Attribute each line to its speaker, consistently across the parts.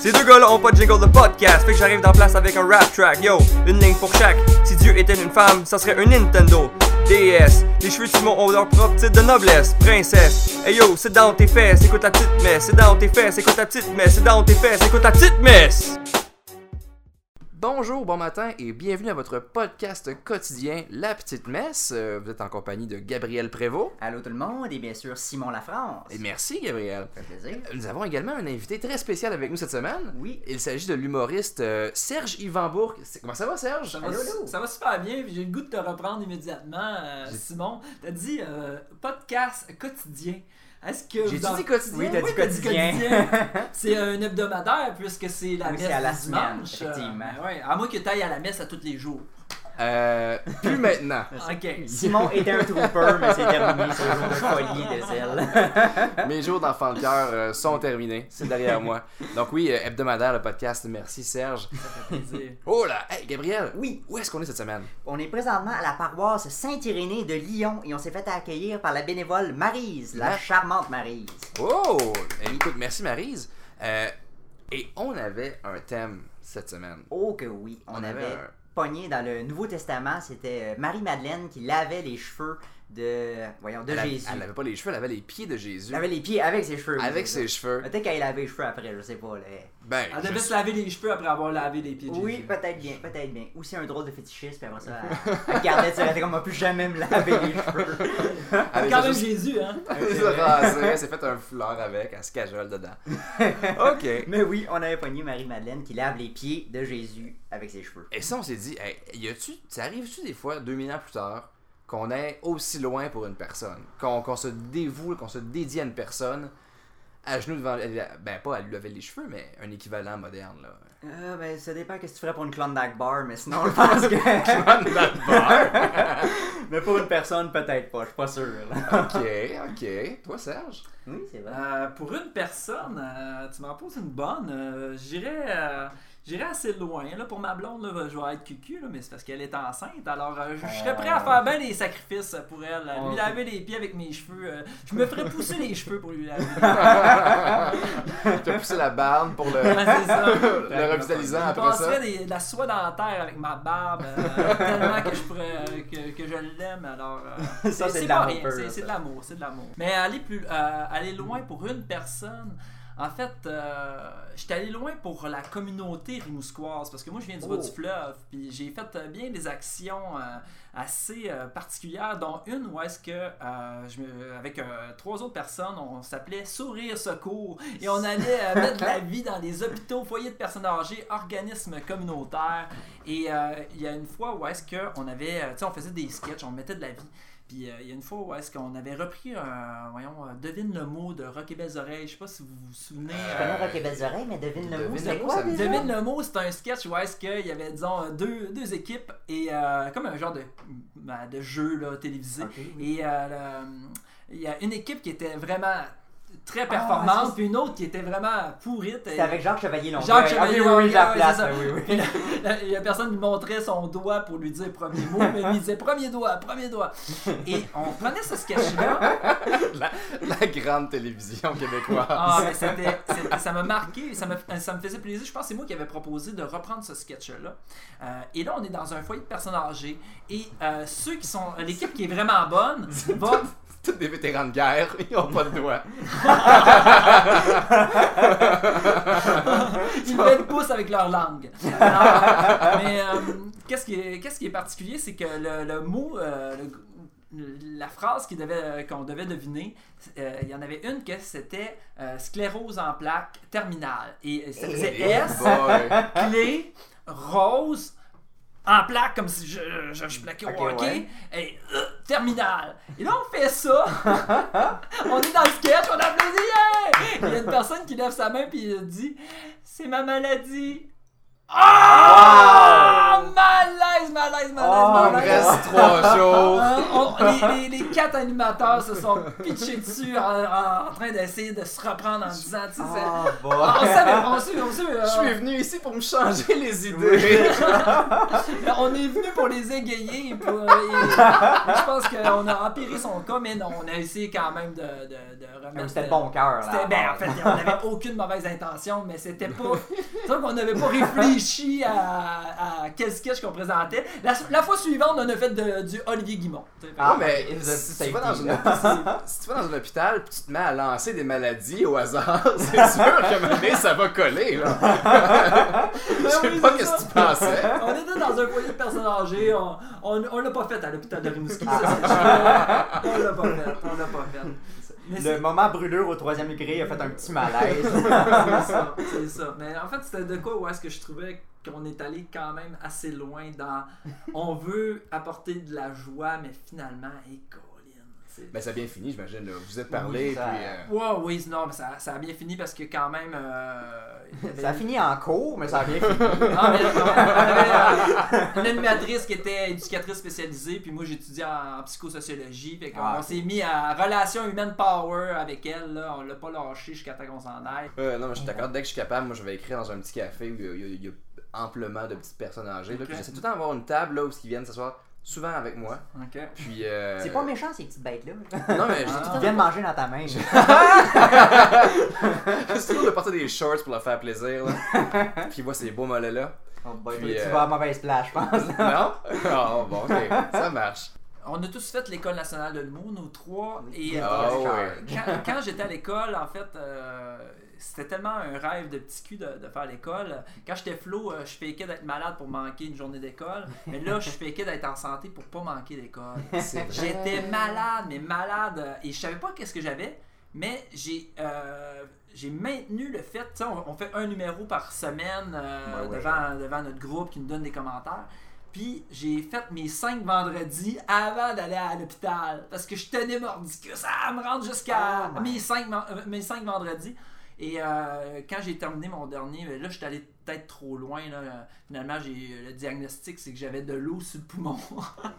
Speaker 1: Ces deux gars-là ont pas de jingle de podcast, fait que j'arrive dans place avec un rap track. Yo, une ligne pour chaque. Si Dieu était une femme, ça serait un Nintendo. DS, les cheveux de Simon ont leur propre titre de noblesse. Princesse, hey yo, c'est dans tes fesses, écoute ta petite messe. C'est dans tes fesses, écoute ta petite messe. C'est dans tes fesses, écoute ta petite messe.
Speaker 2: Bonjour, bon matin et bienvenue à votre podcast quotidien La Petite Messe. Euh, Vous êtes en compagnie de Gabriel Prévost.
Speaker 3: Allô tout le monde et bien sûr Simon Lafrance.
Speaker 2: Et merci Gabriel. Euh,
Speaker 3: Ça fait plaisir.
Speaker 2: Nous avons également un invité très spécial avec nous cette semaine.
Speaker 3: Oui.
Speaker 2: Il s'agit de l'humoriste euh, Serge Yvanbourg. C'est- Comment ça va Serge
Speaker 4: Ça va,
Speaker 3: Allô, allô.
Speaker 4: ça va super bien, puis j'ai le goût de te reprendre immédiatement, euh, Simon. T'as dit euh, podcast quotidien. Est-ce que
Speaker 2: J'ai-tu
Speaker 4: vous en-
Speaker 2: dit quotidien?
Speaker 3: Oui, t'as dit quotidien.
Speaker 4: c'est un hebdomadaire puisque c'est la
Speaker 3: Oui,
Speaker 4: messe
Speaker 3: c'est à la
Speaker 4: du
Speaker 3: semaine,
Speaker 4: dimanche.
Speaker 3: effectivement.
Speaker 4: Euh, ouais, à moins que t'ailles à la messe à tous les jours.
Speaker 2: Euh, plus maintenant.
Speaker 4: Ok.
Speaker 3: Simon était un trooper, mais c'est terminé sur jour de folie de celle.
Speaker 2: Mes jours d'enfant de cœur euh, sont terminés. C'est derrière moi. Donc oui, euh, hebdomadaire le podcast. Merci Serge.
Speaker 4: Plaisir.
Speaker 2: Oh là, hey Gabriel.
Speaker 3: Oui.
Speaker 2: Où est-ce qu'on est cette semaine
Speaker 3: On est présentement à la paroisse Saint-Irénée de Lyon et on s'est fait accueillir par la bénévole Marise, la
Speaker 2: La-
Speaker 3: charmante Marise.
Speaker 2: Oh, eh, écoute, merci Marise. Euh, et on avait un thème cette semaine.
Speaker 3: Oh que oui,
Speaker 2: On
Speaker 3: on,
Speaker 2: avait
Speaker 3: avait,
Speaker 2: un-
Speaker 3: pogné dans le Nouveau Testament, c'était euh, Marie-Madeleine qui lavait les cheveux de, voyons, de
Speaker 2: elle, avait-
Speaker 3: Jésus.
Speaker 2: elle avait pas les cheveux, elle avait les pieds de Jésus.
Speaker 3: Elle lavait les pieds avec ses cheveux. oui,
Speaker 2: Avec
Speaker 3: c'est
Speaker 2: ses
Speaker 3: ça.
Speaker 2: cheveux.
Speaker 3: Peut-être qu'elle lavait les cheveux après, je sais pas. Là.
Speaker 2: Ben,
Speaker 4: Elle
Speaker 2: je-
Speaker 4: devait se laver les cheveux après avoir lavé les pieds de
Speaker 3: Oui,
Speaker 4: Jésus.
Speaker 3: peut-être bien, peut-être bien. Ou c'est un drôle de fétichiste, puis après ça, elle, elle regardait, tu sais, elle était comme, on peut jamais me laver les cheveux.
Speaker 2: elle
Speaker 4: Quand
Speaker 2: était
Speaker 4: même
Speaker 2: juste-
Speaker 4: Jésus, hein?
Speaker 2: Elle s'est rasée, elle s'est fait un foulard avec, elle se cajole dedans. ok.
Speaker 3: Mais oui, on avait pogné Marie-Madeleine qui lave les pieds de Jésus avec ses cheveux.
Speaker 2: Et ça, on s'est dit, hey, y a-tu, ça arrive-tu des fois, 2000 ans plus tard, qu'on est aussi loin pour une personne, qu'on qu'on se dévoue, qu'on se dédie à une personne, à genoux devant, elle- ben pas à lui laver les cheveux, mais un équivalent moderne là.
Speaker 3: Euh, ben, ça dépend qu'est-ce que tu ferais pour une Klondike Bar, mais sinon, je pense que... mais pour une personne, peut-être pas, je suis pas sûr. là.
Speaker 2: ok, ok. Toi, Serge?
Speaker 3: oui, c'est vrai.
Speaker 4: Euh, pour une personne, euh, tu m'en poses une bonne. Euh, J'irais euh, j'irais assez loin. Là, pour ma blonde, là, je vais être cucu, là, mais c'est parce qu'elle est enceinte. Alors, euh, je serais prêt à faire bien des sacrifices pour elle. euh,
Speaker 3: Oh.
Speaker 4: Lui laver les pieds avec mes cheveux. euh, je me ferais pousser les cheveux pour lui laver.
Speaker 2: T'as poussé la barbe pour le,
Speaker 4: Ouais, c'est ça.
Speaker 2: le revitalisant
Speaker 4: Je
Speaker 2: après ça?
Speaker 4: passerais des- de la soie dentaire avec ma barbe euh, tellement que je pourrais euh, que, que je l'aime alors euh,
Speaker 3: Ça, c'est de
Speaker 4: pas
Speaker 3: l'amour
Speaker 4: rien,
Speaker 3: pur,
Speaker 4: c'est-
Speaker 3: ça.
Speaker 4: c'est de l'amour c'est de l'amour mais aller plus euh, aller loin pour une personne en fait, euh, j'étais allé loin pour la communauté rimousquoise parce que moi je viens du bas
Speaker 3: Oh.
Speaker 4: du fleuve, puis j'ai fait euh, bien des actions euh, assez euh, particulières, dont une où est-ce que euh, je me- avec euh, trois autres personnes, on s'appelait Sourire Secours et on allait euh, mettre la vie dans les hôpitaux, foyers de personnes âgées, organismes communautaires. Et euh, il y a une fois où est-ce qu'on avait, euh, tu sais, on faisait des sketchs, on mettait de la vie. Puis euh, il y a une fois où est-ce qu'on avait repris, un, voyons, euh, devine le mot de Rock et Belles Oreilles. Je sais pas si vous vous souvenez.
Speaker 3: Euh,
Speaker 4: euh,
Speaker 3: Je connais Rock et Belles Oreilles, mais devine le
Speaker 2: Devine
Speaker 3: mot,
Speaker 2: le
Speaker 3: c'est
Speaker 2: mot,
Speaker 3: quoi
Speaker 2: ça me
Speaker 3: déjà?
Speaker 4: Devine le mot, c'est un sketch où est-ce qu'il y avait, disons, deux, deux équipes et euh, comme un genre de, ben, de jeu là, télévisé.
Speaker 3: Ok, oui.
Speaker 4: Et euh, le- il y a une équipe qui était vraiment très
Speaker 3: Ah,
Speaker 4: performante,
Speaker 3: c'est-
Speaker 4: puis une autre qui était vraiment pourrite.
Speaker 3: C'était avec Jacques Chevalier Longueuil.
Speaker 4: Jacques
Speaker 3: Ah oui,
Speaker 4: Chevalier
Speaker 3: oui, oui,
Speaker 4: Longueuil,
Speaker 3: je la
Speaker 4: ouais,
Speaker 3: place,
Speaker 4: c'est ça.
Speaker 3: oui, oui.
Speaker 4: Puis là, là, euh, il y a personne qui montrait son doigt pour lui dire premier mot, mais lui disait premier doigt, premier doigt. Et on prenait ce sketch-là.
Speaker 2: La grande télévision québécoise.
Speaker 4: Ah, mais c'était, c'était- ça m'a marqué, ça me, ça me faisait plaisir. Je pense que c'est moi qui avais proposé de reprendre ce sketch-là. Euh, et là, on est dans un foyer de personnes âgées. Et euh, ceux qui sont. L'équipe qui est vraiment bonne va.
Speaker 2: Tous des vétérans de guerre, ils ont pas de doigts.
Speaker 4: Ils le pouce avec leur langue. Alors, mais euh, qu'est-ce qui est, qu'est-ce qui est particulier, c'est que le, le mot, euh, le- la phrase qui devait- qu'on devait deviner, euh, il y en avait une que c'était euh, sclérose en plaques terminale. Et euh, ça
Speaker 2: Eh,
Speaker 4: faisait S,
Speaker 2: Boy.
Speaker 4: clé, rose, en plaque, comme si je, je, je plaquais au
Speaker 2: Ok,
Speaker 4: hockey,
Speaker 2: ouais.
Speaker 4: et euh, terminal. Et là, on fait ça. on est dans le sketch, on applaudit. yeah! Il y a une personne qui lève sa main puis il dit C'est ma maladie. Ah! Malaise, malaise, malaise,
Speaker 2: Il
Speaker 3: Oh,
Speaker 2: me
Speaker 4: malaise.
Speaker 2: reste trois choses.
Speaker 4: Hein, on- les, les- les quatre animateurs se sont pitchés dessus en, en- en train d'essayer de se reprendre en disant, tu sais, c'est-
Speaker 3: Oh, boy.
Speaker 4: Ah, on savait, on sait, on sait, euh,
Speaker 2: Je suis venu ici pour me changer les idées.
Speaker 4: Ben, on est venu pour les égayer. et pour- euh, et- je pense qu'on a empiré son cas, mais non, on a essayé quand même de, de, de remettre. euh,
Speaker 3: Mais C'était de bon cœur, là.
Speaker 4: C'était- ben, en fait, on n'avait aucune mauvaise intention, mais c'était pas. C'est vrai qu'on n'avait pas réfléchi à, à quel sketch qu'on présentait. La, la fois suivante, on a fait de- du Olivier Guimont. tu sais, fait que-
Speaker 2: Ah,
Speaker 3: Ah,
Speaker 2: mais
Speaker 3: il nous a dit
Speaker 2: si tu, vas
Speaker 3: safety,
Speaker 2: dans une, si tu vas dans un hôpital pis tu te mets à lancer des maladies au hasard, c'est sûr qu'à un moment donné, ça va coller. Là. Je sais
Speaker 4: oui,
Speaker 2: pas
Speaker 4: c'est
Speaker 2: qu'est-ce
Speaker 4: ça.
Speaker 2: que tu pensais.
Speaker 4: On était dans un foyer de personnes âgées, on, on, on l'a pas fait à l'hôpital de Rimouski, ça, c'est sûr. On l'a pas fait, on l'a pas fait. Mais
Speaker 3: Le
Speaker 4: c'est
Speaker 3: moment brûlure au troisième degré a fait un petit malaise.
Speaker 4: c'est ça, c'est ça. Mais en fait, c'était de quoi où est-ce que je trouvais qu'on est allé quand même assez loin dans on veut apporter de la joie, mais finalement, et Colin, c'est
Speaker 2: Ben, ça a bien fini, j'imagine. là. Vous êtes parlé,
Speaker 3: Oui, ça-
Speaker 2: puis... euh,
Speaker 4: Wow, oui, non, mais ça, ça a bien fini parce que quand même. euh, il y avait-
Speaker 3: ça a fini en cours, mais ça a bien fini.
Speaker 4: Ah, mais non, on avait, euh, une animatrice qui était éducatrice spécialisée, puis moi j'étudiais en psychosociologie. Fait qu'on
Speaker 3: Ah,
Speaker 4: on
Speaker 3: ok.
Speaker 4: s'est mis à relation humaine power avec elle, là, on l'a pas lâché jusqu'à temps qu'on s'en aille.
Speaker 2: euh, non, mais je suis d'accord. Dès que je suis capable, moi, je vais écrire dans un petit café où il y a- il y, a- il y a amplement de petites personnes âgées. là, puis
Speaker 4: Ok.
Speaker 2: J'essaie tout le temps d'avoir une table là, où ils viennent s'asseoir souvent avec moi.
Speaker 4: Ok.
Speaker 2: Puis... euh,
Speaker 3: C'est pas méchant, ces petites bêtes-là.
Speaker 4: Ah.
Speaker 2: Non, mais j'ai tout
Speaker 3: Ils viennent manger dans ta main.
Speaker 2: C'est toujours de porter des shorts pour leur faire plaisir, là. Puis il voit ces beaux mollets-là.
Speaker 3: Oh boy,
Speaker 2: Puis,
Speaker 3: tu
Speaker 2: euh,
Speaker 3: vas à mauvaise place, je pense.
Speaker 2: Non? Oh, bon, ok. Ça marche.
Speaker 4: On a tous fait l'école nationale de l'humour, nos trois. Et
Speaker 2: Ah,
Speaker 4: euh,
Speaker 2: ouais.
Speaker 4: quand, quand j'étais à l'école, en fait, euh, c'était tellement un rêve de petit cul de, de faire l'école. Quand j'étais flou, euh, je fakeais d'être malade pour manquer une journée d'école. Mais là, je fakeais d'être en santé pour pas manquer d'école.
Speaker 2: C'est vrai.
Speaker 4: J'étais malade, mais malade. euh, Et je savais pas qu'est-ce que j'avais, mais j'ai euh, j'ai maintenu le fait. tu sais, On, on fait un numéro par semaine euh,
Speaker 3: Ouais, ouais,
Speaker 4: devant, devant notre groupe qui nous donne des commentaires. Puis j'ai fait mes cinq vendredis avant d'aller à l'hôpital parce que je tenais mordicus à me rendre jusqu'à
Speaker 3: Oh my.
Speaker 4: mes, cinq, men- euh, mes cinq vendredis. Et euh, quand j'ai terminé mon dernier, ben là, je suis allé peut-être trop loin. Là. Euh, Finalement, j'ai le diagnostic, c'est que j'avais de l'eau sur le poumon.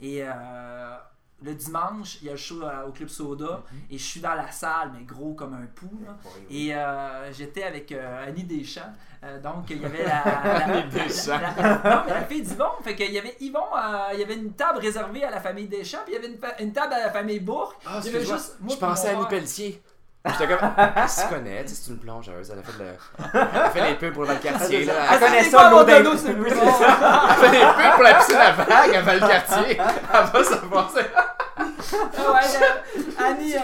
Speaker 4: et euh, le dimanche, il y a le show euh, au Club Soda.
Speaker 2: Mhm.
Speaker 4: Et je suis dans la salle, mais gros comme un pou. là. Et euh, j'étais avec euh, Annie Deschamps. Euh, donc, il y avait la. la-
Speaker 2: Annie Deschamps.
Speaker 4: la- la- non, mais la fille d'Yvon. Fait qu'il y avait Yvon, euh, il y avait une table réservée à la famille Deschamps, puis il y avait une, fa- une table à la famille Bourque.
Speaker 2: Ah,
Speaker 4: il y avait
Speaker 2: excuse-moi,
Speaker 4: juste moi
Speaker 2: Je
Speaker 4: puis mon
Speaker 2: pensais à Annie
Speaker 4: frère.
Speaker 2: Pelletier. J'étais comme, elle se connaît, tu sais, c'est une plongeuse, elle a fait, le... elle a fait les pubs pour Valcartier, là.
Speaker 3: Elle
Speaker 2: Elle
Speaker 3: connaît
Speaker 4: Ah, C'est
Speaker 3: ça,
Speaker 4: pas
Speaker 3: l'eau
Speaker 4: mon
Speaker 3: d'un
Speaker 4: tonneau, Ah, c'est le poumon.
Speaker 2: a fait les pubs pour la piscine à vague à Valcartier. Elle va savoir ça.
Speaker 4: Ah ouais, là, Annie, euh,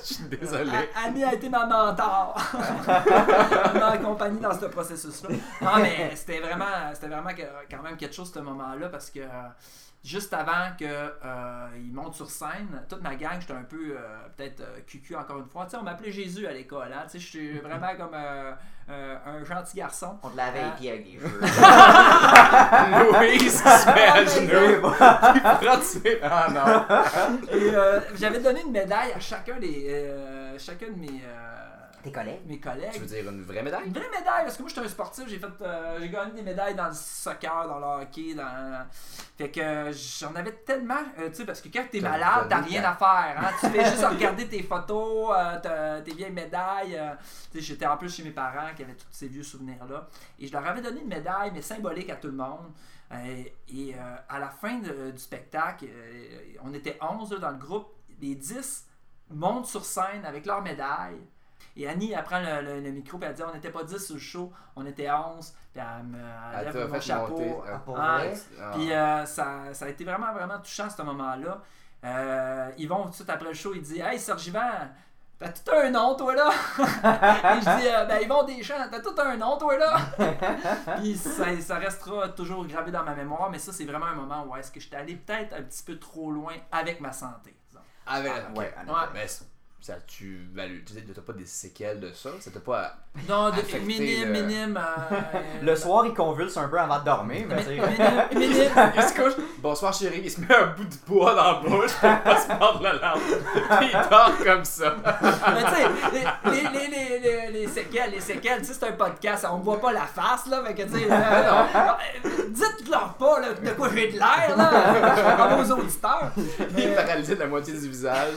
Speaker 2: Je suis désolé.
Speaker 4: A- Annie a été ma mentor. Elle m'a accompagné dans ce processus-là. Non, mais c'était vraiment, c'était vraiment que- quand même quelque chose, ce moment-là, parce que euh, juste avant qu'ils montent sur scène, toute ma gang, j'étais un peu, euh, peut-être, euh, cucu encore une fois. Tu sais, on m'appelait Jésus à l'école. Hein? Tu sais, je suis vraiment comme euh, euh, un gentil garçon.
Speaker 3: On te l'avait
Speaker 4: Ah.
Speaker 3: épié avec des jeux.
Speaker 2: Moïse qui se met à genoux.
Speaker 3: Moi,
Speaker 2: Il prend dessus. Ah non.
Speaker 4: Et euh, j'avais donné une médaille à chacun des, euh, chacun de mes, euh,
Speaker 3: Tes collègues?
Speaker 4: mes
Speaker 2: Tu
Speaker 4: collègues.
Speaker 2: veux dire une vraie
Speaker 4: Une
Speaker 2: médaille?
Speaker 4: vraie médaille, parce que moi j'étais un sportif, j'ai fait euh, j'ai gagné des médailles dans le soccer, dans le hockey, dans. Fait que euh, j'en avais tellement, euh, tu sais, parce que quand t'es
Speaker 2: T'as
Speaker 4: malade,
Speaker 2: connu
Speaker 4: t'as rien
Speaker 2: ta-
Speaker 4: à faire. hein. Tu fais juste regarder tes photos, euh, t'as- tes vieilles médailles. euh. Tu sais, j'étais en plus chez mes parents qui avaient tous ces vieux souvenirs-là. Et je leur avais donné une médaille, mais symbolique à tout le monde. Euh, et euh, à la fin de- du spectacle, euh, on était 11 là, dans le groupe. Les 10 montent sur scène avec leurs médailles. Et Annie, elle prend le, le- le micro puis elle dit On n'était pas 10 sur le show, on était 11. Puis elle me elle
Speaker 2: Elle
Speaker 4: lève
Speaker 2: t'a
Speaker 4: mon
Speaker 2: fait
Speaker 4: chapeau.
Speaker 2: monter.
Speaker 3: Ah, pour
Speaker 4: Ah,
Speaker 3: vrai?
Speaker 2: Ah.
Speaker 4: Puis euh, ça, ça a été vraiment, vraiment touchant ce moment-là. Euh, Yvon, tout de suite après le show, il dit Hey Sergivant, t'as tout un nom, toi là Et je dis euh, Ben Yvon Deschamps, t'as tout un nom, toi là Puis ça, ça restera toujours gravé dans ma mémoire, mais ça, c'est vraiment un moment où est-ce que j'étais allé peut-être un petit peu trop loin avec ma santé. disons.
Speaker 2: Avec...
Speaker 3: Ouais, en effet.
Speaker 4: Ouais.
Speaker 2: Mais c'est- ça tu valu tu sais, t'as pas des séquelles de ça ça t'a pas euh, à-
Speaker 4: Non, de-
Speaker 2: Affecté,
Speaker 4: minime,
Speaker 2: là.
Speaker 4: minime. euh,
Speaker 3: Le soir, il convulse un peu avant de dormir, mais c'est.
Speaker 4: minime, minime.
Speaker 2: il se couche bonsoir chérie il se met un bout de bois dans la bouche pour pas se mordre la langue puis il dort comme ça
Speaker 4: Mais tu sais, les, les, les, les, les, les séquelles, les séquelles, tu sais, c'est un podcast, on voit pas la face, là, fait que, tu sais, euh, euh, dites-leur pas, là, de quoi j'ai de l'air, là, à vos auditeurs.
Speaker 2: il est paralysé de la moitié du visage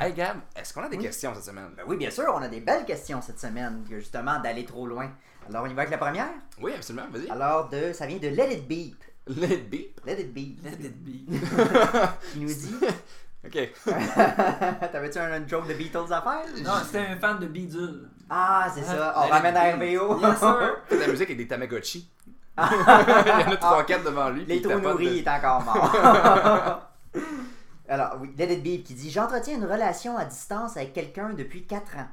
Speaker 2: hey Gab est-ce qu'on a des questions cette semaine
Speaker 3: Ben oui, bien sûr, on a des belles questions cette semaine, que justement, d'aller trop loin. Alors, on y va avec la première.
Speaker 2: oui absolument vas-y
Speaker 3: Alors, de, ça vient de Let It Beep.
Speaker 2: let it be
Speaker 3: Let It Beep.
Speaker 4: Let it be.
Speaker 3: Qui nous dit.
Speaker 2: ok
Speaker 3: T'avais-tu un, un joke de Beatles à faire?
Speaker 4: Non, c'était un fan de Bidule.
Speaker 3: Ah, c'est ça.
Speaker 2: Let
Speaker 3: On
Speaker 2: It
Speaker 3: ramène à
Speaker 2: Beep.
Speaker 3: RBO.
Speaker 4: Yes, sir.
Speaker 2: fait de la musique avec des Tamagotchi il y en a 3-4 devant lui puis
Speaker 3: Ah. Les
Speaker 2: il
Speaker 3: trous
Speaker 2: tapote
Speaker 3: nourris
Speaker 2: de-
Speaker 3: est encore mort. Alors, oui, Let It Beep qui dit J'entretiens une relation à distance avec quelqu'un depuis 4 ans.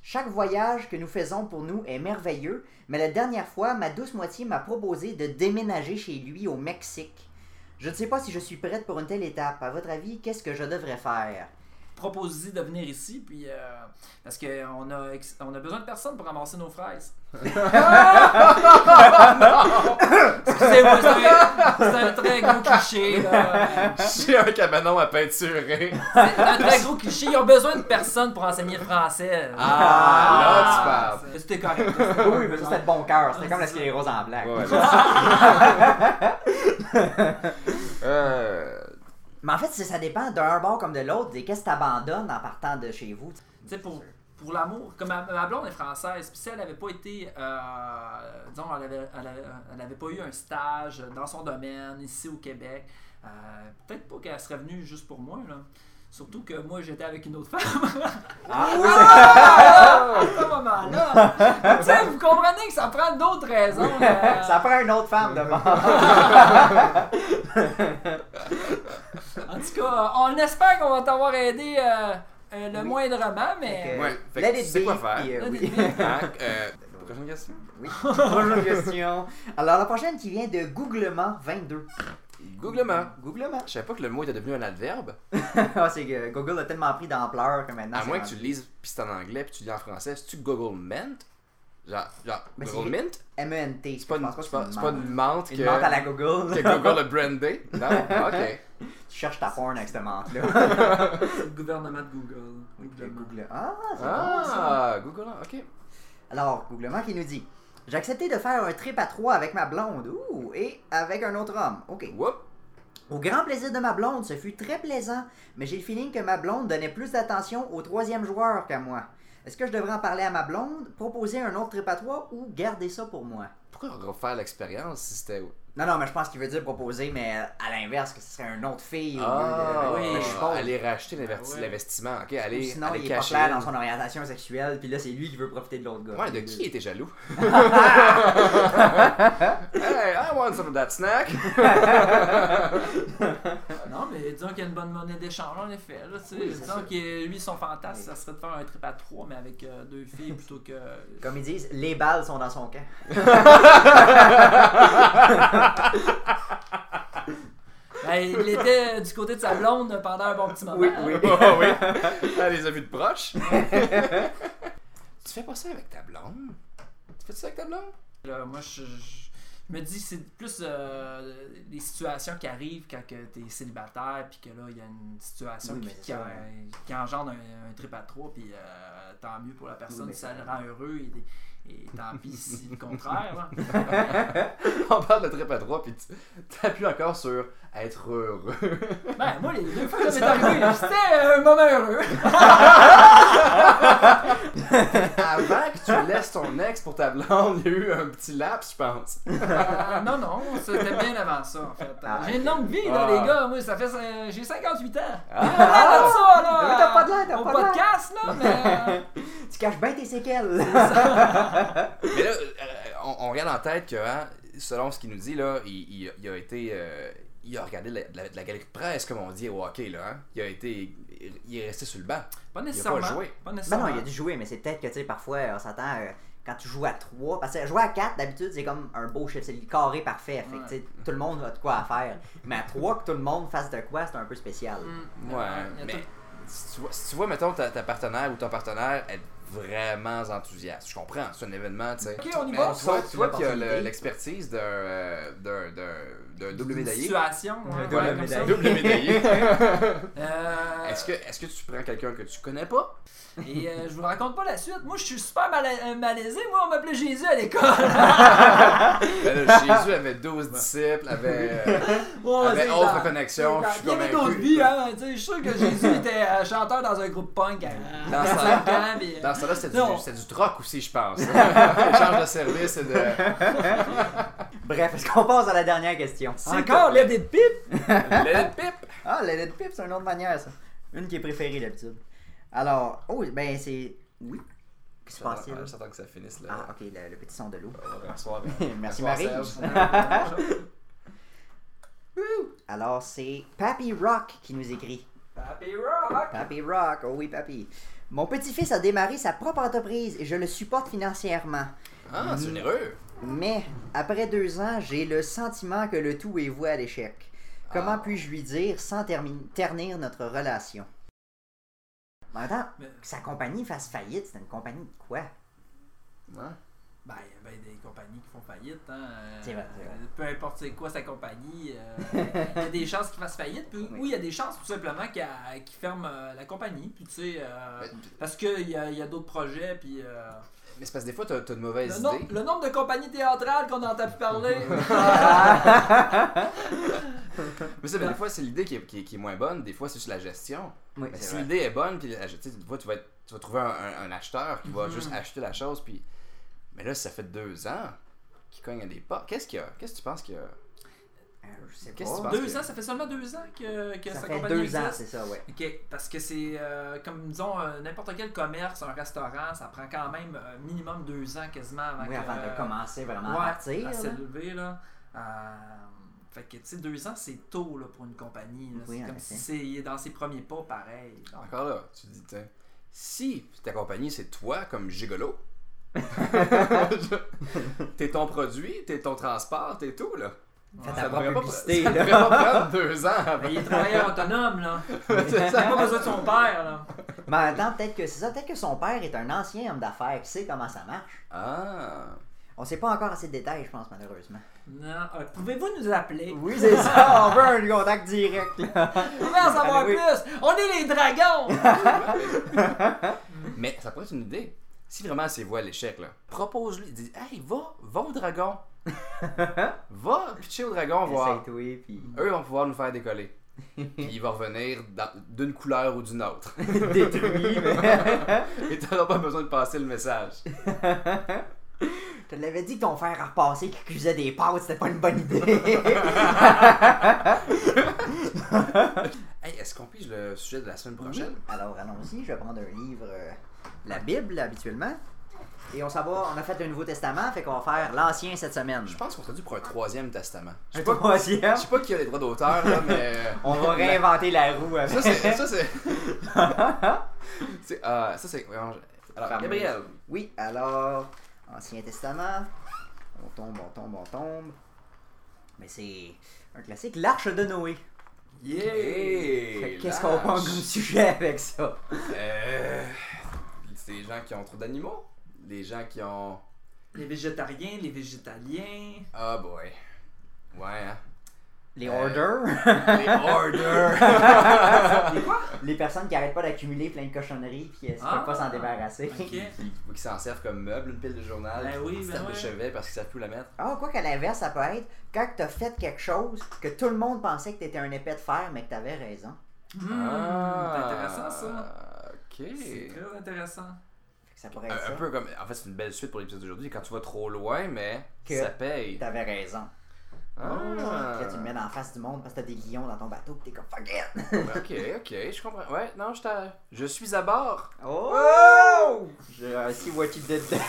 Speaker 3: Chaque voyage que nous faisons pour nous est merveilleux, mais la dernière fois, ma douce moitié m'a proposé de déménager chez lui au Mexique. Je ne sais pas si je suis prête pour une telle étape. À votre avis, qu'est-ce que je devrais faire
Speaker 4: Propose-y de venir ici, puis. euh, parce qu'on a, ex- on a besoin de personne pour ramasser nos fraises. Excusez-moi, c'est un- c'est un très gros cliché, là.
Speaker 2: J'ai un cabanon à peinturer.
Speaker 4: C'est un très gros cliché. Ils ont besoin de personnes pour enseigner le français.
Speaker 2: Ah, là, tu parles.
Speaker 4: c'est- C'était correct.
Speaker 3: Oui, mais ça c'était de bon cœur, c'était comme la sclérose en blague.
Speaker 2: Ouais, là, c'est- Euh,
Speaker 3: Mais en fait, c'est- ça dépend d'un bord comme de l'autre, et qu'est-ce que t'abandonnes en partant de chez vous
Speaker 4: Tu sais, pour, pour l'amour, comme ma, ma blonde est française, puis si elle n'avait pas été, euh, disons, elle avait, elle avait- elle avait pas eu un stage dans son domaine, ici au Québec, euh, peut-être pas qu'elle serait venue juste pour moi, là. Surtout que moi, j'étais avec une autre femme.
Speaker 3: Ah,
Speaker 4: Ah! à ce moment-là! Tu sais, vous comprenez que ça prend d'autres raisons. euh,
Speaker 3: Ça prend une autre femme de bord.
Speaker 4: En tout cas, on espère qu'on va t'avoir aidé euh, euh, le
Speaker 3: Oui.
Speaker 4: moindrement, mais...
Speaker 2: Ouais, fait
Speaker 3: Let
Speaker 2: que
Speaker 3: it
Speaker 2: tu sais
Speaker 3: be,
Speaker 2: quoi faire.
Speaker 3: puis, euh,
Speaker 4: Let
Speaker 3: oui.
Speaker 4: it be.
Speaker 2: hein, euh, prochaine question?
Speaker 3: Oui. Bonne question. Alors, la prochaine qui vient de Googlement22.
Speaker 2: Googlement.
Speaker 3: Googlement.
Speaker 2: Je savais pas que le mot était devenu un adverbe.
Speaker 3: Ah, c'est que Google a tellement pris d'ampleur que maintenant.
Speaker 2: À
Speaker 3: c'est
Speaker 2: moins que
Speaker 3: rendu-
Speaker 2: tu le lises puis c'est en anglais puis tu lis en français. C'est-tu Google Mint? Genre, genre
Speaker 3: Ben, c'est-
Speaker 2: Google Mint?
Speaker 3: MENT.
Speaker 2: C'est pas, une-
Speaker 3: je pense
Speaker 2: c'est pas,
Speaker 3: que
Speaker 2: c'est pas une menthe que,
Speaker 3: Une menthe à la Google.
Speaker 2: que Google a brandé? Non? Ok.
Speaker 3: Tu cherches ta porn avec cette menthe-là.
Speaker 4: C'est le gouvernement de Google. Googlement.
Speaker 3: Google. Ah, c'est bon, ça.
Speaker 2: Ah, Google, ok.
Speaker 3: Alors, Googlement qui nous dit J'ai accepté de faire un trip à trois avec ma blonde. Ouh, et avec un autre homme. Ok.
Speaker 2: Whoop.
Speaker 3: Au grand plaisir de ma blonde, ce fut très plaisant, mais j'ai le feeling que ma blonde donnait plus d'attention au troisième joueur qu'à moi. Est-ce que je devrais en parler à ma blonde, proposer un autre trip à trois ou garder ça pour moi?
Speaker 2: Pourquoi refaire l'expérience si c'était
Speaker 3: Non, non, mais je pense qu'il veut dire proposer, mais euh, à l'inverse, que ce serait une autre fille. au
Speaker 2: Ah,
Speaker 3: lieu de-
Speaker 2: oui,
Speaker 3: Mais je suppose.
Speaker 2: aller racheter l'inverti-
Speaker 4: Ah ouais.
Speaker 2: l'investissement, ok,
Speaker 3: Ou
Speaker 2: aller,
Speaker 3: sinon,
Speaker 2: aller
Speaker 3: il est pas
Speaker 2: cacher.
Speaker 3: clair dans son orientation sexuelle, puis là, c'est lui qui veut profiter de l'autre gars.
Speaker 2: Ouais, de qui était jaloux? hey, I want some of that snack!
Speaker 4: Non, mais disons qu'il y a une bonne monnaie d'échange, en effet. Là, tu sais.
Speaker 3: c'est
Speaker 4: disons
Speaker 3: sûr.
Speaker 4: que lui, son fantasme, ça serait de faire un trip à trois, mais avec euh, deux filles plutôt que.
Speaker 3: Comme ils disent, les balles sont dans son camp.
Speaker 4: Ben, il était du côté de sa blonde pendant un bon petit moment.
Speaker 3: Oui, oui.
Speaker 2: oh oui! Ah, les amis de proche! tu fais pas ça avec ta blonde? Tu fais ça avec ta blonde?
Speaker 4: Là, moi, je, je- je me dis, c'est plus euh, les situations qui arrivent quand tu es célibataire, puis que là, il y a une situation
Speaker 3: Oui,
Speaker 4: qui,
Speaker 3: mais c'est
Speaker 4: qui en-
Speaker 3: vrai.
Speaker 4: qui engendre un, un trip à trois, puis euh, tant mieux pour la personne
Speaker 3: mais
Speaker 4: si ça
Speaker 3: c'est
Speaker 4: le rend heureux, et, et tant pis si le contraire. là.
Speaker 2: On parle de trip à trois, pis tu t'appuies encore sur être heureux.
Speaker 4: Ben, moi, les deux fois que ça m'est arrivé, c'était un moment heureux.
Speaker 2: Avant que tu laisses ton ex pour ta blonde, il y a eu un petit laps, je pense.
Speaker 4: Euh, non, non, c'était bien avant ça, en fait.
Speaker 3: Ah,
Speaker 4: j'ai une longue vie,
Speaker 2: Ah.
Speaker 4: là, les gars. Moi, ça fait. euh, J'ai 58 ans. On
Speaker 2: Ah!
Speaker 4: parle de ça, là.
Speaker 3: Mais t'as pas de l'air, t'as
Speaker 4: Au
Speaker 3: pas de l'air.
Speaker 4: podcast, là, mais. euh,
Speaker 3: Tu caches bien tes séquelles.
Speaker 2: Mais là, euh, on, on regarde en tête que, hein, selon ce qu'il nous dit, là, il, il- il a été. euh, il a regardé la, de la, de la galerie de presse, comme on dit au hockey, là. hein. Il a été. Il est resté sur le banc.
Speaker 4: Pas nécessairement.
Speaker 2: joué.
Speaker 4: Pas
Speaker 3: Ben
Speaker 4: nécessairement.
Speaker 3: non, il y a dû jouer, mais c'est peut-être que, tu sais, parfois, on s'entend, euh, quand tu joues à 3, parce que jouer à 4, d'habitude, c'est comme un beau chiffre, c'est le carré parfait, fait que, tu sais, tout le monde a de quoi à faire. Mais à 3, que tout le monde fasse de quoi, c'est un peu spécial.
Speaker 4: Mm.
Speaker 2: Ouais,
Speaker 4: Il y a
Speaker 2: mais-
Speaker 4: tout-
Speaker 2: si tu vois, si tu vois, mettons, ta, ta partenaire ou ton partenaire être vraiment enthousiaste. Je comprends, c'est un événement, tu sais.
Speaker 4: Ok, on y
Speaker 2: Mais
Speaker 4: va.
Speaker 2: tu vois, tu vois qu'il y a le-
Speaker 3: L'opportunité.
Speaker 2: l'expertise d'un euh, d'un- d'un- d'un double
Speaker 4: Une
Speaker 2: médaillé.
Speaker 4: Situation, ouais,
Speaker 5: Un
Speaker 4: voilà,
Speaker 5: double
Speaker 4: comme ça.
Speaker 5: médaillé.
Speaker 2: Double médaillé.
Speaker 4: Euh,
Speaker 2: Est-ce que, est que tu prends quelqu'un que tu connais pas?
Speaker 4: Et euh, je vous raconte pas la suite. Moi, je suis super mala- euh, malaisé. Moi, on m'appelait Jésus à l'école.
Speaker 2: Ben là, Jésus avait 12 disciples, avait, euh,
Speaker 4: Bon,
Speaker 2: avait
Speaker 4: c'est
Speaker 2: 11
Speaker 4: dans-
Speaker 2: connexions, puis je suis
Speaker 4: Il y avait d'autres
Speaker 2: convaincu.
Speaker 4: vies, hein. Tu sais, je suis sûr que Jésus était euh, chanteur dans un groupe punk à
Speaker 2: Dans ce
Speaker 4: 5
Speaker 2: temps-
Speaker 4: ans. mais, euh,
Speaker 2: Dans ce temps-là, c'était
Speaker 4: Non.
Speaker 2: du, c'était du troc aussi, je pense. Échange de service et de.
Speaker 3: Bref, est-ce qu'on passe à la dernière question?
Speaker 4: Encore l'aide de pipe.
Speaker 2: Led Pip!
Speaker 3: Ah, la Led Pip, c'est une autre manière, ça. Une qui est préférée d'habitude. Alors, oh, ben c'est. Oui. Qu'est-ce
Speaker 2: Ah,
Speaker 3: qui se passe là?
Speaker 2: J'attends que ça finisse là.
Speaker 3: Ah, ok, le, le petit son de l'eau.
Speaker 2: Bonsoir.
Speaker 3: Merci
Speaker 2: Bonsoir,
Speaker 3: Marie.
Speaker 2: Serge.
Speaker 3: Alors, c'est Pappy Rock qui nous écrit.
Speaker 4: Happy Rock.
Speaker 3: Pappy Rock, oh oui, Pappy. Mon petit-fils a démarré sa propre entreprise et je le supporte financièrement.
Speaker 2: Ah, c'est généreux!
Speaker 3: Mais, après deux ans, j'ai le sentiment que le tout est voué à l'échec. Comment
Speaker 2: Ah.
Speaker 3: puis-je lui dire sans termi- ternir notre relation? Maintenant,
Speaker 4: Mais-
Speaker 3: que sa compagnie fasse faillite, c'est une compagnie de quoi?
Speaker 2: Hein?
Speaker 4: Ben, il y a ben des compagnies qui font faillite. Hein. euh,
Speaker 3: C'est vrai, c'est vrai.
Speaker 4: euh, Peu importe c'est quoi sa compagnie, euh, il y a des chances qu'il fasse faillite. Puis,
Speaker 3: Oui.
Speaker 4: Ou il y a des chances tout simplement qu'il qu'il ferme euh, la compagnie. Puis, tu sais, euh,
Speaker 2: Mais-
Speaker 4: parce qu'il y a, il y a d'autres projets. Puis, euh,
Speaker 2: Mais c'est parce que des fois, t'as t'as une
Speaker 4: le,
Speaker 2: mauvaise
Speaker 4: nom-
Speaker 2: idée.
Speaker 4: le nombre de compagnies théâtrales qu'on entend plus parler.
Speaker 2: Mais ça, mais des fois, c'est l'idée qui, est- qui est- qui est moins bonne, des fois, c'est sur la gestion.
Speaker 3: Oui,
Speaker 2: Mais
Speaker 3: c'est
Speaker 2: si
Speaker 3: vrai.
Speaker 2: l'idée est bonne, puis la- tu sais, des fois, tu vas, être- tu vas trouver un, un- un acheteur qui va juste acheter la chose, puis. Mais là, ça fait deux ans qu'il cogne à des portes. Qu'est-ce qu'il y a Qu'est-ce que tu penses qu'il y a
Speaker 3: Euh, Je sais
Speaker 2: Qu'est-ce que tu
Speaker 3: pas.
Speaker 2: penses?
Speaker 4: deux ans, ça fait seulement deux ans que, que
Speaker 3: Ça
Speaker 4: sa
Speaker 3: fait
Speaker 4: compagnie
Speaker 3: deux
Speaker 4: existe.
Speaker 3: ans, c'est ça, ouais.
Speaker 4: Ok, parce que c'est euh, comme disons euh, n'importe quel commerce, un restaurant, ça prend quand même euh, minimum deux ans quasiment avant,
Speaker 3: Oui,
Speaker 4: que,
Speaker 3: avant
Speaker 4: euh,
Speaker 3: de commencer vraiment
Speaker 4: ouais,
Speaker 3: à partir.
Speaker 4: à
Speaker 3: là.
Speaker 4: s'élever là. Euh, fait que tu sais deux ans c'est tôt là, pour une compagnie. là.
Speaker 3: Oui,
Speaker 4: c'est
Speaker 3: en
Speaker 4: comme
Speaker 3: effet.
Speaker 4: si c'est il est dans ses premiers pas pareil. Donc,
Speaker 2: Encore là, tu te dis, tiens, si ta compagnie c'est toi comme gigolo, t'es ton produit, t'es ton transport, t'es tout là.
Speaker 3: Fais
Speaker 4: ouais.
Speaker 3: ta
Speaker 2: devrait
Speaker 3: propre
Speaker 2: pas-
Speaker 3: publicité,
Speaker 2: ça
Speaker 3: là.
Speaker 2: devrait pas prendre deux ans.
Speaker 4: Ben,
Speaker 2: avant.
Speaker 4: il est travailleur autonome là.
Speaker 2: C'est
Speaker 4: Il n'a
Speaker 2: ça.
Speaker 4: pas besoin de son père là.
Speaker 3: Mais en même temps, peut-être que c'est ça. Peut-être que son père est un ancien homme d'affaires qui sait comment ça marche.
Speaker 2: Ah.
Speaker 3: On sait pas encore assez de détails, je pense, malheureusement.
Speaker 4: Non. euh, Pouvez-vous nous appeler?
Speaker 3: Oui, c'est ça. On veut un contact direct, là.
Speaker 4: Vous pouvez en savoir
Speaker 3: Allez, oui.
Speaker 4: plus! On est les dragons!
Speaker 2: Mais ça pourrait être une idée. Si vraiment c'est voie à l'échec, là, propose-lui, dis, hey, va, va au dragon. va pitcher au dragon, voir.
Speaker 3: Essaye-toi, puis
Speaker 2: Eux vont pouvoir nous faire décoller. Puis il va revenir dans- d'une couleur ou d'une autre.
Speaker 3: détruis, mais...
Speaker 2: Et t'auras pas besoin de passer le message.
Speaker 3: Je te l'avais dit que ton frère a repassé qui cuisait des pâtes, c'était pas une bonne idée.
Speaker 2: Hey, est-ce qu'on pige le sujet de la semaine prochaine?
Speaker 3: Alors, allons-y. Je vais prendre un livre, euh, la Bible, habituellement. Et on s'en va, on a fait le Nouveau Testament, fait qu'on va faire l'Ancien cette semaine.
Speaker 2: Je pense qu'on serait dû pour un troisième testament. Je
Speaker 3: Un
Speaker 2: sais pas,
Speaker 3: troisième.
Speaker 2: je sais pas qui a les droits d'auteur, là, mais.
Speaker 3: On va réinventer la roue avec.
Speaker 2: Ça, c'est. Ça, c'est. C'est, euh, ça, c'est. voyons, je- Alors,
Speaker 3: Fameuse.
Speaker 2: Ah, Gabriel.
Speaker 3: Oui, alors, Ancien Testament. On tombe, on tombe, on tombe. Mais c'est un classique, l'Arche de Noé. Fait
Speaker 2: Yeah!
Speaker 3: que Qu'est-ce qu'on prend comme sujet avec ça?
Speaker 2: Euh, c'est les gens qui ont trop d'animaux. Les gens qui ont.
Speaker 4: les végétariens, les végétaliens.
Speaker 2: Ah boy. Ouais, hein.
Speaker 3: Les
Speaker 2: Euh,
Speaker 3: orders.
Speaker 2: Les orders!
Speaker 3: les personnes qui arrêtent pas d'accumuler plein de cochonneries puis elles
Speaker 4: Ah,
Speaker 3: peuvent pas s'en débarrasser.
Speaker 4: Ok.
Speaker 2: qui, qui s'en servent comme meuble, une pile de journal,
Speaker 4: Ben oui,
Speaker 2: une
Speaker 4: ben
Speaker 2: table de
Speaker 4: ouais.
Speaker 2: chevet parce qu'ils savent plus où la mettre.
Speaker 3: Ah, quoi qu'à l'inverse, ça peut être quand que t'as fait quelque chose que tout le monde pensait que t'étais un épais de fer, mais que t'avais raison.
Speaker 4: Hmm,
Speaker 2: Ah,
Speaker 4: C'est intéressant ça.
Speaker 2: Ok.
Speaker 4: C'est très intéressant.
Speaker 3: Fait que ça pourrait
Speaker 2: Un,
Speaker 3: être
Speaker 2: un
Speaker 3: ça.
Speaker 2: peu comme. En fait, c'est une belle suite pour l'épisode d'aujourd'hui. Quand tu vas trop loin, mais
Speaker 3: Que
Speaker 2: ça paye.
Speaker 3: T'avais raison.
Speaker 2: Ah.
Speaker 3: Puis là, tu le mets dans la face du monde parce que t'as des guillons dans ton bateau pis t'es comme fuck it!
Speaker 2: Ok, ok, je comprends. Ouais, non, je t'a- Je suis à bord.
Speaker 3: Oh! J'ai un see what you did there.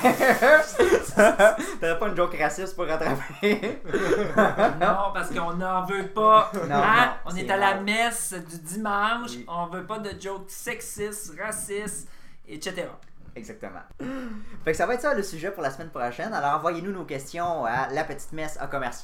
Speaker 3: T'avais pas une joke raciste pour rattraper.
Speaker 4: Non, parce qu'on n'en veut pas.
Speaker 3: Non,
Speaker 4: Hein?
Speaker 3: non,
Speaker 4: on est,
Speaker 3: c'est
Speaker 4: à la
Speaker 3: grave.
Speaker 4: messe du dimanche.
Speaker 3: Oui.
Speaker 4: On veut pas de jokes sexistes, racistes, etc.
Speaker 3: Exactement. Fait que ça va être ça le sujet pour la semaine prochaine. Alors envoyez-nous nos questions à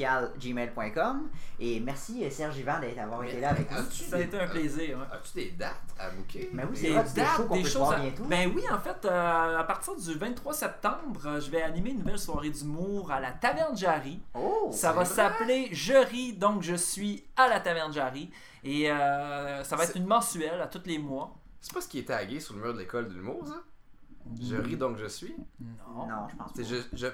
Speaker 3: lapetitemesse@commercialgmail.com et merci euh, Serge Yvan d'avoir été là avec nous.
Speaker 2: As-tu
Speaker 4: Ça a
Speaker 2: des-
Speaker 4: été un plaisir. hein.
Speaker 2: As-tu des dates à bouquer
Speaker 3: Mais oui,
Speaker 2: Des-
Speaker 3: Euh, c'est vrai, c'est des
Speaker 4: dates,
Speaker 3: shows qu'on peut
Speaker 4: choses
Speaker 3: voir
Speaker 4: à-
Speaker 3: bientôt.
Speaker 4: Ben oui, en fait, euh, à partir du 23 septembre, euh, je vais animer une nouvelle soirée d'humour à la Taverne Jarry.
Speaker 3: Oh!
Speaker 4: Ça va
Speaker 2: c'est
Speaker 4: s'appeler Je ris, donc je suis à la Taverne Jarry. Et euh, ça va être
Speaker 2: C'est-
Speaker 4: une mensuelle à tous les mois.
Speaker 2: C'est pas ce qui est tagué sur le mur de l'école de l'humour, ça
Speaker 3: Mm-hmm.
Speaker 2: Je ris donc je suis.
Speaker 4: Non.
Speaker 3: Non, je pense pas.
Speaker 2: C'est je, je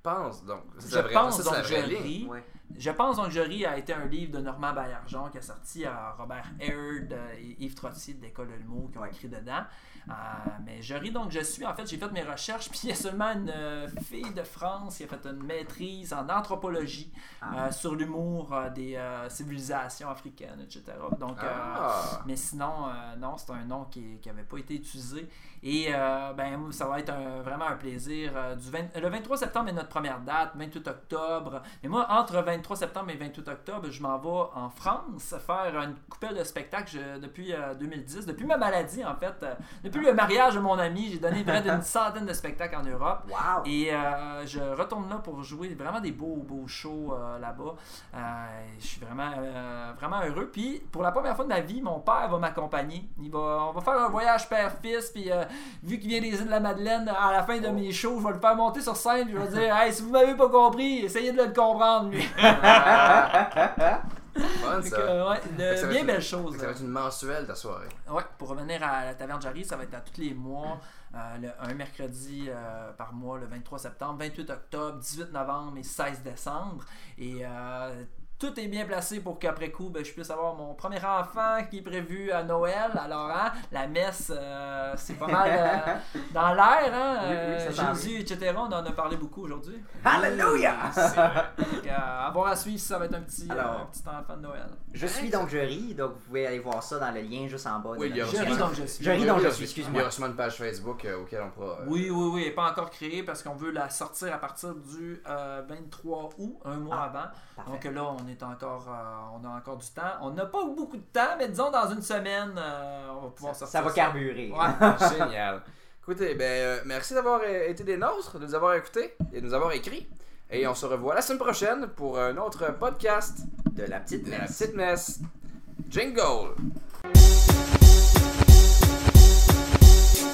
Speaker 2: pense donc. Ça, c'est
Speaker 4: Je
Speaker 2: la vraie-
Speaker 4: pense
Speaker 2: ça, c'est
Speaker 4: donc
Speaker 2: la
Speaker 4: je
Speaker 2: vraie ligne.
Speaker 4: ris.
Speaker 3: Ouais.
Speaker 4: Je pense donc je ris a été un livre de Normand Baillargeon qui a sorti à Robert Aird euh, et Yves Trottier de l'école Elmo qui ont écrit dedans. Euh, mais je ris donc je suis. En fait, j'ai fait mes recherches puis il y a seulement une euh, fille de France qui a fait une maîtrise en anthropologie
Speaker 3: Ah.
Speaker 4: euh, sur l'humour euh, des euh, civilisations africaines, etc. Donc euh,
Speaker 2: Ah.
Speaker 4: mais sinon, euh, non, c'est un nom qui n'avait pas été utilisé. Et euh, ben, ça va être un- vraiment un plaisir. euh, du 20 le 23 septembre est notre première date, 28 octobre. Mais moi, entre 23 septembre et 28 octobre, je m'en vais en France faire une coupelle de spectacle je- depuis euh, 2010, depuis ma maladie en fait. euh, depuis le mariage de mon ami, j'ai donné près d'une centaine de spectacles en Europe.
Speaker 3: Wow!
Speaker 4: Et euh, je retourne là pour jouer vraiment des beaux, beaux shows euh, là-bas. Euh, je suis vraiment, euh, vraiment heureux. Puis, pour la première fois de ma vie, mon père va m'accompagner. Il va, on va faire un voyage père-fils. Puis, euh, vu qu'il vient des îles de la Madeleine, à la fin
Speaker 2: Oh.
Speaker 4: de mes shows, je vais le faire monter sur scène. puis Je vais dire Hey, si vous m'avez pas compris, essayez de le comprendre, lui.
Speaker 2: Bonne,
Speaker 4: Donc,
Speaker 2: Ah, ça.
Speaker 4: euh, ouais,
Speaker 2: Fait
Speaker 4: de-
Speaker 2: que ça va
Speaker 4: bien
Speaker 2: être-
Speaker 4: belle
Speaker 2: Fait
Speaker 4: chose.
Speaker 2: que Ça va être une mensuelle ta soirée.
Speaker 4: Ouais, pour revenir à la Taverne Jarry, ça va être à tous les mois, euh, le- un mercredi euh, par mois, le 23 septembre, 28 octobre, 18 novembre et 16 décembre. Et euh, tout est bien placé pour qu'après coup, ben, je puisse avoir mon premier enfant qui est prévu à Noël. Alors, hein, la messe, euh, c'est pas mal euh, dans l'air. Hein,
Speaker 3: Oui, oui,
Speaker 4: euh,
Speaker 3: ça
Speaker 4: Jésus, etc. On en a parlé beaucoup aujourd'hui.
Speaker 3: Hallelujah!
Speaker 4: Donc, euh, à voir à suivre si ça va être un petit,
Speaker 3: Alors-
Speaker 4: un petit enfant de Noël.
Speaker 3: Je suis donc je ris, donc vous pouvez aller voir ça dans le lien juste en bas. de
Speaker 2: Oui, il y a
Speaker 3: notre
Speaker 2: reçu-
Speaker 4: Je ris
Speaker 3: chaîne.
Speaker 4: donc je suis.
Speaker 3: Je ris donc je suis,
Speaker 2: Il y a
Speaker 3: excuse-moi.
Speaker 2: sûrement une page Facebook euh, auquel on pourra. euh,
Speaker 4: Oui, oui, oui, elle n'est pas encore créée parce qu'on veut la sortir à partir du euh, 23 août, un mois
Speaker 3: Ah,
Speaker 4: avant.
Speaker 3: parfait.
Speaker 4: Donc là, on est encore, euh, on a encore du temps. On n'a pas beaucoup de temps, mais disons dans une semaine, euh, on va pouvoir sortir.
Speaker 3: Ça va carburer.
Speaker 4: Ouais.
Speaker 2: Génial. Écoutez, ben, euh, merci d'avoir euh, été des nôtres, de nous avoir écoutés et de nous avoir écrits. Et on se revoit la semaine prochaine pour un autre podcast
Speaker 3: De la petite
Speaker 2: de la
Speaker 3: messe.
Speaker 2: petite messe. Jingle!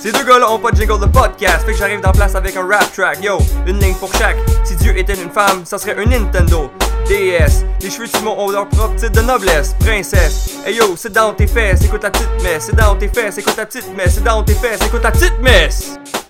Speaker 1: Ces deux gars-là ont pas de jingle de podcast, fait que j'arrive dans place avec un rap track. Yo, une ligne pour chaque. Si Dieu était une femme, ça serait un Nintendo. DS, les cheveux du monde ont leur propre titre de noblesse. Princesse, hey yo, c'est dans tes fesses, écoute la petite messe. C'est dans tes fesses, écoute la petite messe. C'est dans tes fesses, écoute la petite messe.